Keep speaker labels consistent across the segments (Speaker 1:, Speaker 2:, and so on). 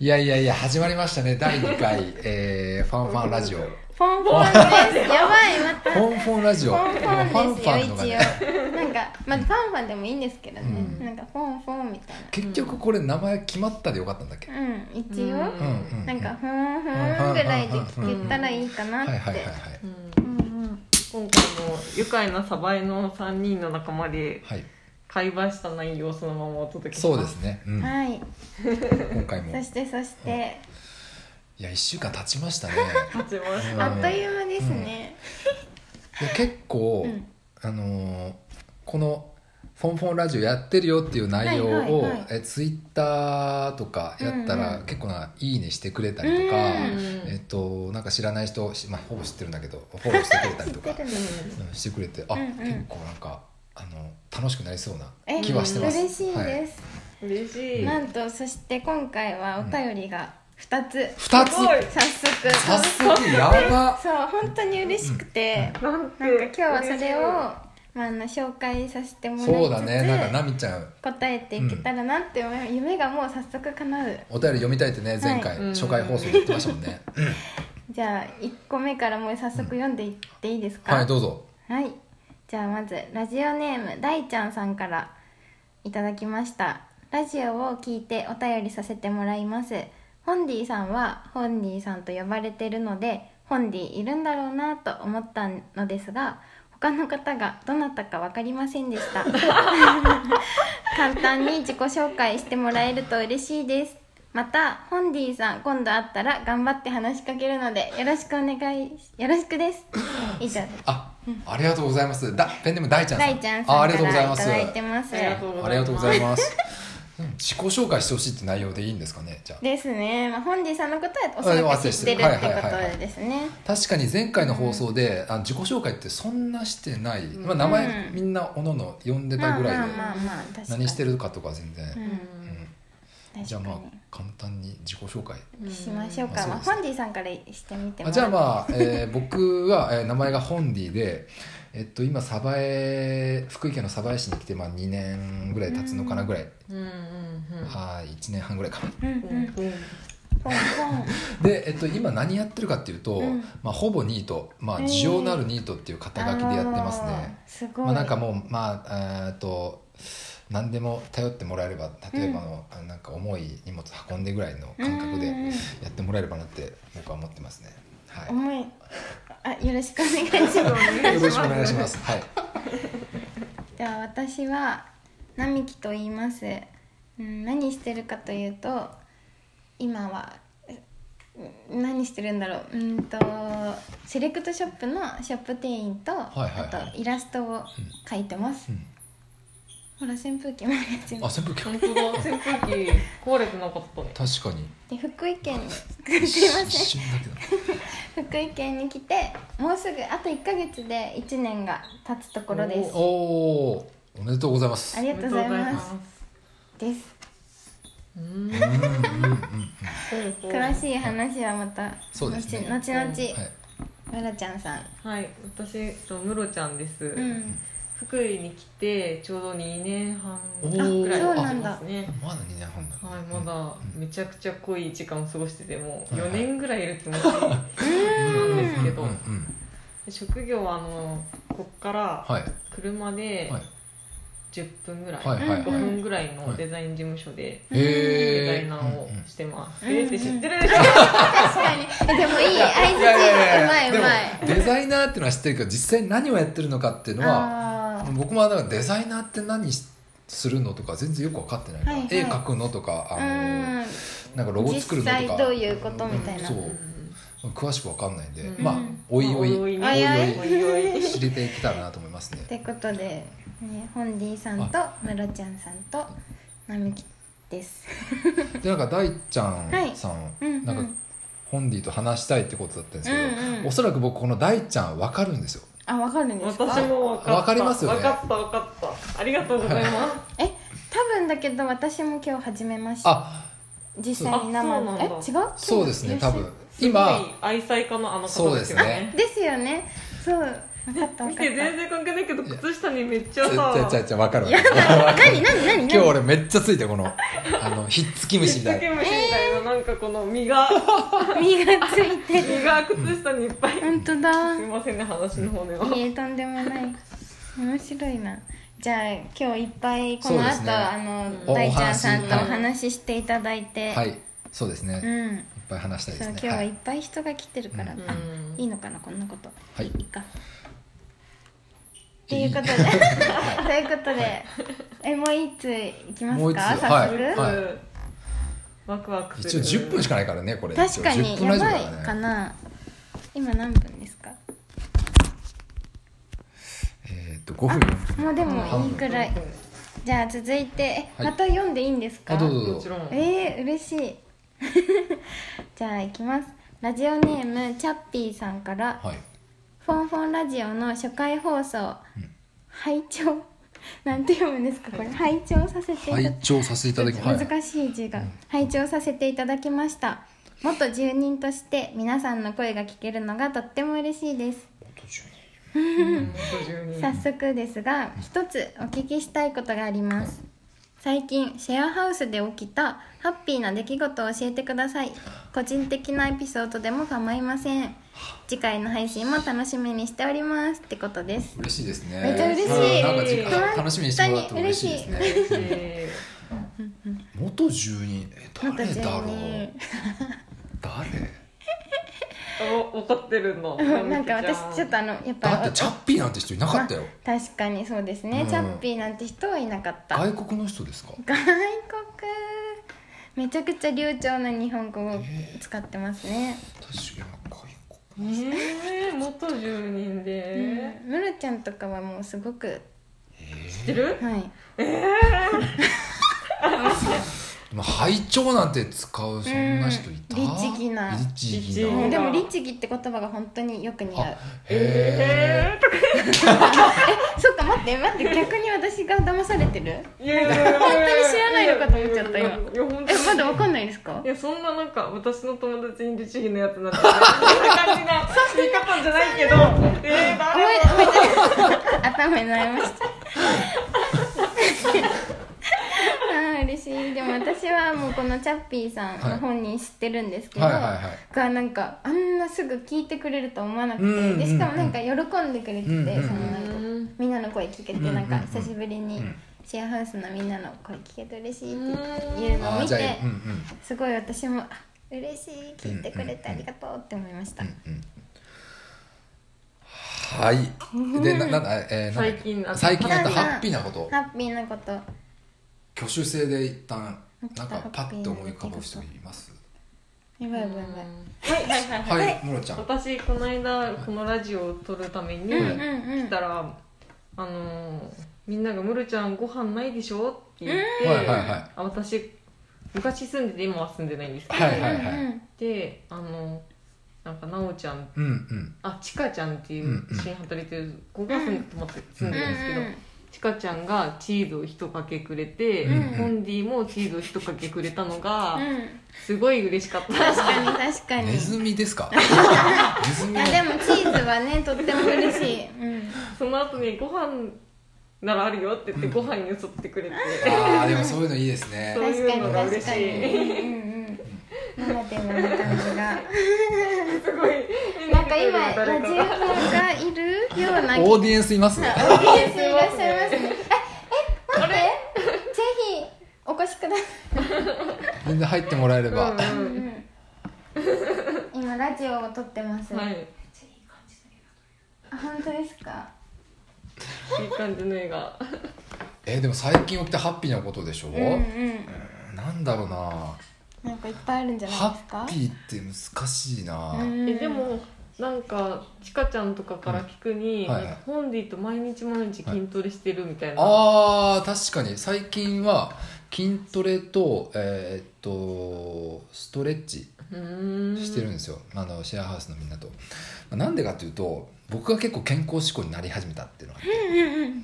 Speaker 1: いやいやいや、始まりましたね。第2回、えー、ファンファンラジオ。フ
Speaker 2: フォンフォンです。 やばい、また。フ
Speaker 1: ォンフォンラジオ。
Speaker 2: ォンフォン
Speaker 1: で
Speaker 2: で
Speaker 1: も
Speaker 2: す
Speaker 1: ファンファン
Speaker 2: よ、
Speaker 1: の
Speaker 2: 一
Speaker 1: が
Speaker 2: 応
Speaker 1: ね。。
Speaker 2: なんか、まあ、ファンファンでもいいんですけどね。
Speaker 1: うん
Speaker 2: なんか、フォンフォンみたい
Speaker 1: 結局これ名前決まったでよかったんだっけ
Speaker 2: な。うん、一応。
Speaker 1: うんうん。
Speaker 2: なんか、フォンフォンぐらいで聞けたらいいかな
Speaker 1: は
Speaker 2: っ
Speaker 1: いはいはい
Speaker 2: て
Speaker 1: は。
Speaker 3: う
Speaker 2: う
Speaker 3: ん
Speaker 2: んうん
Speaker 3: 今回も愉快なサバイの3人の仲間で
Speaker 1: い。はい。
Speaker 3: 会話した内容をそのままお届けし
Speaker 1: そ
Speaker 3: ま
Speaker 1: う
Speaker 3: す
Speaker 1: ですね。うん。
Speaker 2: はい。
Speaker 1: 今回も。
Speaker 2: そして、そして、
Speaker 1: いや、1週間経ちましたね。
Speaker 3: 立ちまし
Speaker 1: ん
Speaker 3: た
Speaker 2: あっという間ですね。
Speaker 1: いや、結構
Speaker 2: うん、
Speaker 1: あのー、この、フォンフォンラジオやってるよっていう内容を
Speaker 2: はいはいはい
Speaker 1: えツイッターとかやった
Speaker 2: うん
Speaker 1: ら
Speaker 2: うん
Speaker 1: 結構な「いいね」してくれたりとか、
Speaker 2: うん
Speaker 1: えっとなんか知らない人、しまあ、ほぼ知ってるんだけどフォローしてくれたりと
Speaker 2: 知
Speaker 1: か
Speaker 2: ってるんです
Speaker 1: うんしてくれてあ、
Speaker 2: うんうん
Speaker 1: 結構なんかあの楽しくなりそうな
Speaker 2: え
Speaker 1: 気はしてます
Speaker 2: 嬉しい
Speaker 1: は
Speaker 2: で
Speaker 1: い、
Speaker 2: す。
Speaker 3: うん嬉しい
Speaker 2: なんと、そして、今回はお便りが二つ。
Speaker 1: 二つ
Speaker 3: すごい
Speaker 2: 早速。
Speaker 1: 早速やば
Speaker 2: そう、本当に嬉しくて。
Speaker 3: なんて
Speaker 2: なんか今日はそ
Speaker 3: 嬉しい
Speaker 2: れを、まあ、あの紹介させてもらいつつ
Speaker 1: そうだねなんかなみちゃん
Speaker 2: 答えていけたらなって思い、夢がもう早速叶う
Speaker 1: お便り読みたいってね前回、
Speaker 3: うん
Speaker 1: 初回放送で言ってましたもんね、
Speaker 2: じゃあ1個目からもう早速読んでいっていいですか、
Speaker 1: はいどうぞ
Speaker 2: はいじゃあまずラジオネーム大ちゃんさんからいただきましたラジオを聞いてお便りさせてもらいますホンディさんはホンディさんと呼ばれてるのでホンディいるんだろうなと思ったのですが他の方がどなたか分かりませんでした簡単に自己紹介してもらえると嬉しいですまたホンディさん今度会ったら頑張って話しかけるのでよろしくお願いしよろしくです以上です
Speaker 1: あありがとうございますだペンネーム大ちゃんさん
Speaker 2: 大ちゃん
Speaker 1: あ
Speaker 2: さ
Speaker 1: あ
Speaker 2: ん
Speaker 1: りが
Speaker 2: か
Speaker 1: とうござい
Speaker 2: ら
Speaker 1: ま
Speaker 2: い
Speaker 1: す
Speaker 2: ただいてます
Speaker 3: ありがとう
Speaker 1: ありがとうございますうん自己紹介してほしいって内容でいいんですかねじゃあ
Speaker 2: ですね、まあ、本人さんのことはおそらく知ってるってことですね
Speaker 1: 確かに前回の放送で、あの自己紹介ってそんなしてない、まあ、名前、
Speaker 2: うん
Speaker 1: みんなおのの呼んで
Speaker 2: ま
Speaker 1: た
Speaker 2: あ
Speaker 1: ぐらいで、
Speaker 2: まあまあまあ確かに
Speaker 1: 何してるかとか全然、
Speaker 2: う
Speaker 3: うん
Speaker 2: ん確かに
Speaker 1: じゃあまあ簡単に自己紹介
Speaker 2: しましょう
Speaker 1: まあ
Speaker 2: か、
Speaker 1: そう
Speaker 2: まあ、
Speaker 1: ですね
Speaker 2: ホンディさんからしてみても
Speaker 1: あじゃあまあ、えー僕は、えー名前がホンディで、えっと、今鯖江福井県の鯖江市に来て、まあ、2年ぐらい経つのかなぐらい、
Speaker 3: うんうんうん
Speaker 1: はい1年半ぐらいかな
Speaker 2: うんうん
Speaker 3: うんうん
Speaker 2: ポン
Speaker 1: で、えっと、今何やってるかっていうと、
Speaker 2: うん
Speaker 1: まあ、ほぼニート、まあ、需要のあるニートっていう肩
Speaker 2: ポン
Speaker 1: 書きでやってますね、
Speaker 2: あーすごい、
Speaker 1: まあ、なんかもうまあえーっと何でも頼ってもらえれば例えばの、あなんか重い荷物運んでぐらいの感覚で
Speaker 2: うんうんうん
Speaker 1: やってもらえればなって僕は思ってますね、はい、
Speaker 2: 重いあよろしくお願いします
Speaker 1: よろしくお願いし ます。はい。
Speaker 2: では私は並木と言います、うん、何してるかというと今はうん何してるんだろううんとセレクトショップのショップ店員と、
Speaker 1: いはいはい
Speaker 2: あとイラストを描いてます、
Speaker 1: うん
Speaker 2: ほら扇風機もやって
Speaker 1: あ、
Speaker 2: る
Speaker 1: 扇風機。
Speaker 3: 本当だ扇風機壊れてなかったね
Speaker 1: 確かに。
Speaker 2: で福井県に
Speaker 1: 一
Speaker 2: すいま
Speaker 1: 一
Speaker 2: せ
Speaker 1: 瞬だけど。
Speaker 2: ん福井県に来てもうすぐあと1か月で1年が経つところです
Speaker 1: おおー、おめでとうございます。
Speaker 2: あ
Speaker 1: う
Speaker 2: りがとうございます
Speaker 3: おめでとうございます
Speaker 2: です
Speaker 3: うん
Speaker 1: んうんうんうん。
Speaker 2: 詳しい話はまた
Speaker 1: そうですね
Speaker 2: 後々、
Speaker 1: はい。
Speaker 2: わらちゃんさん
Speaker 3: はい私えっとムロちゃんです、
Speaker 2: うん
Speaker 3: 福井に来てちょうど2年半
Speaker 1: おー
Speaker 3: くらい
Speaker 1: あそう
Speaker 2: なんだ
Speaker 3: ですね
Speaker 1: まだ二年半だね。
Speaker 3: はい、まだめちゃくちゃ濃い時間を過ごしててもう
Speaker 1: はいはい
Speaker 3: 4年ぐらいいるつもりなんですけ
Speaker 1: うん
Speaker 3: ど
Speaker 1: うんうん。
Speaker 3: 職業はあのこっから
Speaker 1: はい
Speaker 3: 車で
Speaker 1: はい
Speaker 3: 10分ぐらい、
Speaker 1: はいはいはい。
Speaker 3: 5分ぐらい
Speaker 1: は
Speaker 3: の
Speaker 1: い
Speaker 3: デザイン事務所でデザ
Speaker 1: へえ。
Speaker 3: イナーをしてます、
Speaker 2: うんうん
Speaker 3: えーって知ってるでしょ、
Speaker 2: 確かにえでも
Speaker 1: い
Speaker 2: いい挨拶
Speaker 1: やいやいや
Speaker 2: うまいうまい
Speaker 1: でもデザイナーっていうのは知ってるけど実際何をやってるのかっていうのは
Speaker 2: あー
Speaker 1: 僕もなんかデザイナーって何しするのとか全然よく分かってないから、
Speaker 2: はいはい
Speaker 1: 絵描くのとかあの
Speaker 2: うん
Speaker 1: なんかロゴ作る
Speaker 2: 実
Speaker 1: のとか
Speaker 2: 際どういうことみたいな、
Speaker 1: うんそう詳しくわかんないんで、
Speaker 3: うん
Speaker 1: まあおいおい、
Speaker 3: まあおいおい
Speaker 1: おい
Speaker 2: お
Speaker 1: お
Speaker 3: いおい
Speaker 1: い知れていけたらなと思います
Speaker 2: って
Speaker 1: ね
Speaker 2: ことで、ね、ホンディさんとムロちゃんさんと並木です
Speaker 1: でなんか大ちゃんさん、
Speaker 2: うんうん
Speaker 1: なんかホンディと話したいってことだったんですけど、
Speaker 2: うんうん
Speaker 1: おそらく僕この大ちゃんわかるんですよ
Speaker 2: あわかるんですか
Speaker 3: 私も分かった
Speaker 1: わかりますよね
Speaker 3: 分かった分かったありがとうございます
Speaker 2: え多分だけど私も今日始めました
Speaker 1: あ
Speaker 2: 実際に生の
Speaker 3: あ
Speaker 2: え違う
Speaker 3: そ
Speaker 1: そうですね多分
Speaker 3: すごい
Speaker 1: 今
Speaker 3: 愛妻家のあの
Speaker 1: そ
Speaker 3: 方
Speaker 1: う
Speaker 3: で
Speaker 1: ですす
Speaker 3: よね
Speaker 1: ね
Speaker 2: ですよねそう分かった分
Speaker 3: 見
Speaker 2: か
Speaker 3: て全
Speaker 2: っ
Speaker 3: 然関係ないけど靴下にめっちゃ
Speaker 1: ちゃちゃ
Speaker 3: さ
Speaker 1: ちゃわかるわ
Speaker 2: たやばい何何何
Speaker 1: 今
Speaker 2: 何
Speaker 1: 日俺めっちゃついてこのあのひっつき虫みたい
Speaker 3: け虫みたいななんかこの 身が
Speaker 2: 身がついてる
Speaker 3: 身が靴下にいっぱい
Speaker 2: 本当だ
Speaker 3: すいませんね話の骨を
Speaker 2: いえとんでもない面白いなじゃあ今日いっぱいこの
Speaker 1: そうです
Speaker 2: 後、
Speaker 1: ね
Speaker 2: あの
Speaker 1: お
Speaker 2: 大ちゃんさんとお
Speaker 3: お話
Speaker 2: 話ししていただいて、
Speaker 1: なはいそうですね、
Speaker 2: う
Speaker 1: いっ
Speaker 2: ん
Speaker 1: ぱい話したいで
Speaker 2: そう
Speaker 1: すね
Speaker 2: 今日はいいっぱい人が来てるから、
Speaker 1: うん
Speaker 2: あ
Speaker 3: うん
Speaker 2: いいのかなこんなこと
Speaker 1: はい
Speaker 2: いいかっていうことでということで、えもう一通いきますか
Speaker 1: もう一通
Speaker 2: 早速、
Speaker 1: はいはい
Speaker 3: ワクワクす
Speaker 1: 一応
Speaker 3: る
Speaker 1: 10分しかないからねこれ
Speaker 2: 確か
Speaker 1: 10
Speaker 2: に
Speaker 1: 分
Speaker 2: や
Speaker 1: ラジオ
Speaker 2: ば
Speaker 1: だ
Speaker 2: い
Speaker 1: らね
Speaker 2: かな、今何分ですか
Speaker 1: えーっと5分
Speaker 2: もうでもいいくらいじゃあ続いて、え
Speaker 1: はい
Speaker 2: また読んでいいんですか
Speaker 1: あどうぞ
Speaker 3: もちろん
Speaker 2: えー、嬉しい じゃあいきますラジオネームチャッピーさんから
Speaker 1: はい
Speaker 2: 「フォンフォンラジオ」の初回放送
Speaker 1: うん
Speaker 2: 「拝聴」 なんて読むんですかこれ拝聴させていただ
Speaker 1: 拝聴させていただきはい
Speaker 2: 難しい字が拝聴させていただきました元住人として皆さんの声が聞けるのがとっても嬉しいです
Speaker 3: うん50人
Speaker 2: 早速ですが一つお聞きしたいことがあります最近シェアハウスで起きたハッピーな出来事を教えてください個人的なエピソードでも構いません次回の配信も楽しみにしておりますってことです
Speaker 1: 嬉しいですね
Speaker 2: めっちゃ嬉し
Speaker 3: い
Speaker 1: うんなんか時間楽しみにしてもらっても嬉しいですね
Speaker 3: え
Speaker 1: 元住人え
Speaker 2: 元
Speaker 1: 誰
Speaker 2: 住
Speaker 1: だろう
Speaker 2: 人
Speaker 1: 誰
Speaker 3: ーお分かってるの
Speaker 2: なんか私ちょっとあのやっぱ
Speaker 1: だってチャッピーなんて人いなかったよ
Speaker 2: あ確かにそうですね、
Speaker 1: うん
Speaker 2: チャッピーなんて人はいなかった外
Speaker 1: 外国の人ですか
Speaker 2: 国めちゃくちゃ流暢な日本語を使ってますね、
Speaker 1: 確かに外国
Speaker 3: えー元10人で
Speaker 2: うんムロちゃんとかはもうすごく
Speaker 3: 知ってる
Speaker 2: はい
Speaker 1: でも拝聴なんて使うそんな人いた、
Speaker 2: うん律儀な
Speaker 1: 律儀
Speaker 3: 律
Speaker 1: な
Speaker 3: 儀
Speaker 2: うんでも律儀って言葉が本当によく似合う
Speaker 1: あへえ
Speaker 3: えーとか
Speaker 2: そっか待って待って逆に私が騙され てる
Speaker 3: いやいやいや
Speaker 2: 本当に知らないのかと思っちゃった今
Speaker 3: いやいや本当
Speaker 2: え
Speaker 3: に
Speaker 2: まだわかんないですか
Speaker 3: いやそんななんか私の友達に律儀なやつなんてそんな感じな言い方じゃないけどえー、
Speaker 2: 思い
Speaker 3: 誰
Speaker 2: 思い出した頭になりました あー嬉しいでも私はもうこのチャッピーさん
Speaker 1: は
Speaker 2: の
Speaker 1: い
Speaker 2: 本人知ってるんですけど、
Speaker 1: はいはいはい
Speaker 2: がなんかあんなすぐ聞いてくれると思わなくて、
Speaker 1: うんうんうん
Speaker 2: でしかもなんか喜んでくれてて、
Speaker 1: うんうんうん
Speaker 2: そのなんかみんなの声聞
Speaker 1: う
Speaker 2: けて、
Speaker 1: んうんうん
Speaker 2: な
Speaker 1: うんん
Speaker 2: か久しぶりに
Speaker 1: うん
Speaker 2: シェアハウスのみんなの声聞けて嬉しいっていうのを
Speaker 1: あー
Speaker 2: 見
Speaker 1: じ
Speaker 2: て
Speaker 1: ゃあうんうん
Speaker 2: すごい私もあ嬉しい聞いてくれてありがとうって思いました、
Speaker 1: はいでななんだえー、なんだっけ
Speaker 3: 最近あった
Speaker 1: 最近あった
Speaker 2: なんか
Speaker 1: ハッピーなこと
Speaker 2: ハッピーなこと
Speaker 1: 挙手制で一旦なん
Speaker 2: ハッピ
Speaker 1: か
Speaker 2: ー
Speaker 1: パッと思い浮かぶ人います
Speaker 2: やばいやばいやばい
Speaker 3: はいはいはいはい
Speaker 1: はいムロちゃん
Speaker 3: 私この間このラジオを撮るために
Speaker 2: うん
Speaker 1: ん
Speaker 2: うんう
Speaker 3: 来
Speaker 2: ん
Speaker 3: たら、あのーみんなが「ムルちゃんご飯ないでしょ?」って言って、
Speaker 1: うんはいはいはい
Speaker 3: あ私昔住んでて今は住んでないんですけど、
Speaker 1: はいはいはい
Speaker 3: であのなんかなおちゃん
Speaker 1: うんうん
Speaker 3: あちかちゃんってい
Speaker 1: うん
Speaker 3: う
Speaker 1: うん
Speaker 3: 新羽鳥という子が住んで泊まって住んでるんですけど、
Speaker 2: うんうん
Speaker 3: ちかちゃんがチーズを一かけくれて、
Speaker 1: うんうん
Speaker 3: ホンディもチーズを一かけくれたのが、
Speaker 2: うん
Speaker 3: すごい嬉しかった
Speaker 2: 確かに確かに
Speaker 1: ネ
Speaker 2: い
Speaker 1: ズミですかネズミの
Speaker 2: やでもチーズはねとっても嬉しい、うん、
Speaker 3: その後にご飯ならあるよって言ってご飯に誘ってくれて、
Speaker 1: あーでもそういうのいいですね
Speaker 3: そう
Speaker 2: 確
Speaker 3: い
Speaker 2: か
Speaker 3: う
Speaker 2: に
Speaker 3: のが
Speaker 2: 確
Speaker 3: 嬉し
Speaker 2: かに
Speaker 3: い
Speaker 2: うんうんうんならではの感じが
Speaker 3: すごい
Speaker 2: なんか今ラ
Speaker 3: 誰か
Speaker 2: ジオ
Speaker 3: が
Speaker 2: がいるような
Speaker 1: オーディエンスいます
Speaker 2: オーディエンスいらっしゃいますねええ待ってぜひお越しください、
Speaker 1: 全然入ってもらえれば、
Speaker 3: うんうん
Speaker 2: 今ラジオを撮ってます、
Speaker 3: はい
Speaker 2: あ本当ですか
Speaker 3: いい感じの映画
Speaker 1: えーでも最近起きたハッピーなことでしょ、
Speaker 2: うんうん
Speaker 1: なんだろうな
Speaker 2: なんかいっぱいあるんじゃない
Speaker 1: ハ
Speaker 2: ですか
Speaker 1: ッピーって難しいな、
Speaker 2: うん
Speaker 3: えでもなんかちかちゃんとかから聞くに、
Speaker 1: うんはいはい
Speaker 3: なんかホンディと毎日毎日筋トレしてるみたいな、
Speaker 1: あー確かに最近は筋トレとえーっとストレッチ
Speaker 3: うーん
Speaker 1: してるんですよ、あのシェアハウスのみんなとまあなんでかというと僕が結構健康志向になり始めたっていうのがあって
Speaker 2: うんうんうん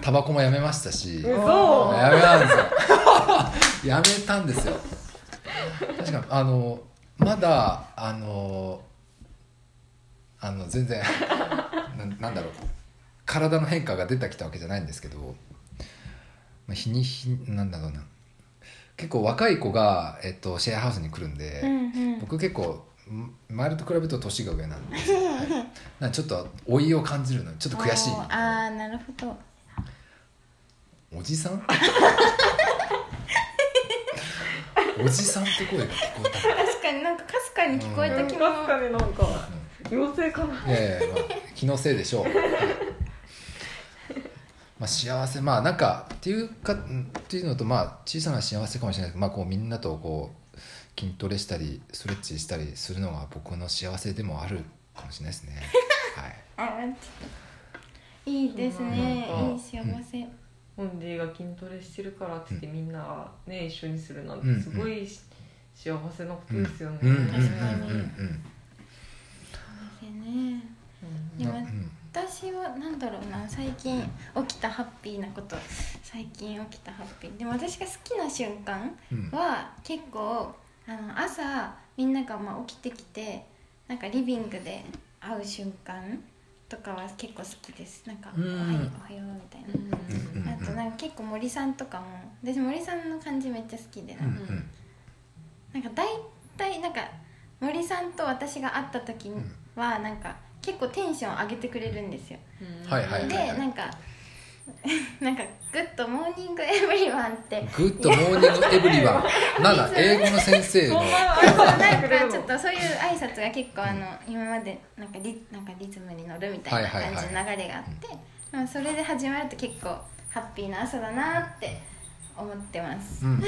Speaker 1: タバコもやめましたしや
Speaker 3: 嘘
Speaker 1: め
Speaker 3: そ
Speaker 1: たんですよやめたんですよ 確かにあのまだあのあの全然ななんだろう体の変化が出てきたわけじゃないんですけど、まあ、日に日になんだろうな結構若い子が、えっと、シェアハウスに来るんで、
Speaker 2: うんうん
Speaker 1: 僕結構ん周りと比べると年が上なんですよ、はいなんかちょっと老いを感じるのちょっと悔しい
Speaker 2: おーああなるほど
Speaker 1: おじさんおじさんって声が聞こえ
Speaker 2: 確かになんかかすかに聞こえ
Speaker 3: な
Speaker 2: た
Speaker 3: ん
Speaker 2: 気も、
Speaker 3: かねなんか
Speaker 1: た、うん
Speaker 3: 妖精かない
Speaker 1: やいや、まあ、気のせいでしょう。はいまあ、幸せ、まあ、なんか、っていうか、んっていうのと、まあ、小さな幸せかもしれないけど、まあ、こう、みんなと、こう。筋トレしたり、ストレッチしたりするのが、僕の幸せでもあるかもしれないですね。はい。
Speaker 2: あーいいですね
Speaker 3: うん
Speaker 2: いい幸せ、
Speaker 3: ホンディが筋トレしてるからって言ってみんなね一緒にするなん
Speaker 1: うんう
Speaker 3: て
Speaker 1: ん
Speaker 3: すごいし幸せなことですよね
Speaker 1: うん、うん、うん、うん、
Speaker 2: 幸せね
Speaker 1: うん、うん、
Speaker 2: 今私はなんだろうな最近起きたハッピーなこと最近起きたハッピーでも私が好きな瞬間
Speaker 1: うん、
Speaker 2: は結構あの朝みんながまあ起きてきてなんかリビングで会う瞬間とかは結構好きですなんか「
Speaker 1: うん
Speaker 2: おはようおはよう」みたいな。
Speaker 1: うんうん
Speaker 2: あとなんか結構森さんとかも私森さんの感じめっちゃ好きでな
Speaker 1: うん
Speaker 2: か
Speaker 1: ん、
Speaker 2: なんか大体なんか森さんと私が会った時にはなんか結構テンション上げてくれるんですよ
Speaker 3: うん
Speaker 1: はいはい
Speaker 2: でなんか なんか「グッドモーニングエブリワン」って
Speaker 1: グッドモーニングエブリワン。なんだ、英語の先生
Speaker 3: そ
Speaker 1: の
Speaker 3: ん。な
Speaker 2: な
Speaker 3: 愛
Speaker 2: ん
Speaker 3: くれ
Speaker 2: か
Speaker 3: るの
Speaker 2: ちょっとそういう挨拶が結構あの今までなんかリなんかリズムに乗るみたいな
Speaker 1: はい
Speaker 2: 感
Speaker 1: はいはい
Speaker 2: じの流れがあってまあそれで始まると結構ハッピーな朝だなって思ってます
Speaker 1: うんうん、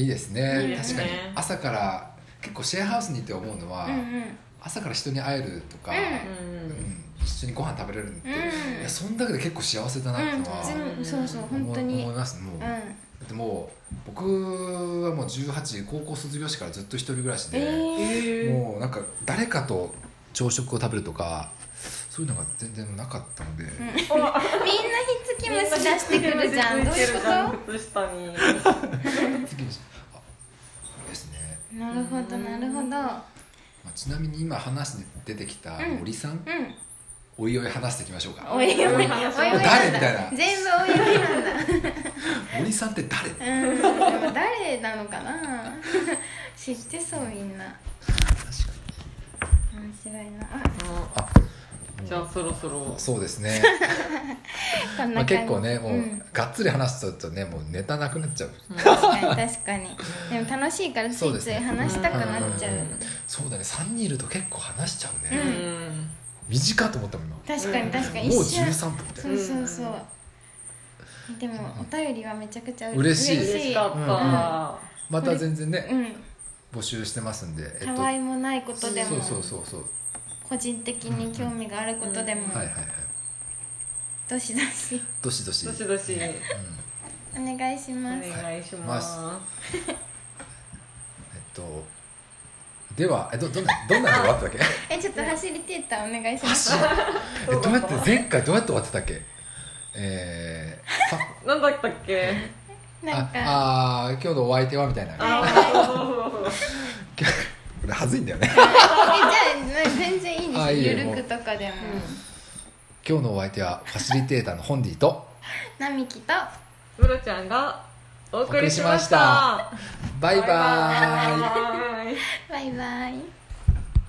Speaker 1: いいですね
Speaker 3: いいです
Speaker 1: 確
Speaker 3: ね
Speaker 1: かに朝から結構シェアハウスにいて思うのは、
Speaker 2: うんうん
Speaker 1: 朝から人に会えるとか、
Speaker 2: う
Speaker 1: うん
Speaker 3: うん
Speaker 1: 一緒にご飯食べれるって、
Speaker 2: うん
Speaker 1: いやそんだけで結構幸せだなって
Speaker 2: うん
Speaker 1: のは、
Speaker 2: 全部そうそう本
Speaker 1: 思
Speaker 2: 当にう
Speaker 1: 思い
Speaker 2: ん
Speaker 1: ますもう、だってもう僕はもう18高校卒業してからずっと一人暮らし
Speaker 2: え
Speaker 1: で、
Speaker 3: えー
Speaker 1: もうなんか誰かと朝食を食べるとかそういうのが全然なかったので、
Speaker 3: あ
Speaker 2: みんなひっつき虫出してくるじゃんどういうこと
Speaker 3: 靴下に
Speaker 1: 次にしあいいですね
Speaker 2: なるほどなるほど
Speaker 1: まあ、ちなみに今話に出てきた
Speaker 2: うん
Speaker 1: 森さん、
Speaker 2: うん
Speaker 1: おいおい話していきましょうか
Speaker 2: おいおいおいおいなんだ
Speaker 1: 誰みたいな
Speaker 2: 全部おいおいなんだ
Speaker 1: 森さんって誰
Speaker 2: うんでも誰なのかな 知ってそうみんな面白いなあ
Speaker 1: あ
Speaker 3: じゃあそろそろ
Speaker 1: そうです ね、
Speaker 2: こん
Speaker 1: まあ、
Speaker 2: な感じ
Speaker 1: 結構ねもう、
Speaker 2: ん
Speaker 1: がっつり話しちゃうとねもうネタなくなっちゃう
Speaker 2: 確かに確かにでも楽しいからつ
Speaker 1: そう
Speaker 2: い
Speaker 1: です
Speaker 2: つい
Speaker 1: ね
Speaker 2: 話したくなっちゃう
Speaker 1: うんそうだね3人いると結構話しちゃうね、
Speaker 2: うん
Speaker 3: うん
Speaker 1: 短っと思ったもん今
Speaker 2: 確かに確かに
Speaker 1: もう
Speaker 2: 一瞬
Speaker 1: 13分みたい
Speaker 2: そうそうそうでもお便りはめちゃくちゃ
Speaker 1: 嬉しい
Speaker 3: 嬉しかっ
Speaker 1: うん
Speaker 3: た
Speaker 1: また全然ね、
Speaker 2: うん
Speaker 1: 募集してますんでえ
Speaker 2: たわいもないことでも
Speaker 1: そうそうそうそう
Speaker 2: 個人的に興味があることでも、
Speaker 1: はいはいはい
Speaker 2: どしどし
Speaker 1: どしどし
Speaker 3: どしどし
Speaker 1: うん
Speaker 2: お願いし
Speaker 3: お
Speaker 2: ます、
Speaker 3: 願いします
Speaker 1: えっとではえどどんなどんなの終わってたっけ
Speaker 2: えちょっとファシリテーターお願いしま
Speaker 1: マ
Speaker 2: す
Speaker 1: ジえどうやって前回どうやって終わってたっけえ ー、さ
Speaker 3: なんだったっけ
Speaker 2: なんか
Speaker 1: ああー今日のお相手はみたい な
Speaker 3: あーそうそうそう
Speaker 1: これはずいんだよね
Speaker 2: えじゃあ全然いいです
Speaker 1: あいいよ
Speaker 2: ゆるくとかでも、
Speaker 1: 今日のお相手はファシリテーターのホンディと
Speaker 2: なみきと
Speaker 3: ムロちゃんがお送りしました
Speaker 1: バイバーイ
Speaker 3: バイバーイ
Speaker 2: バイバイ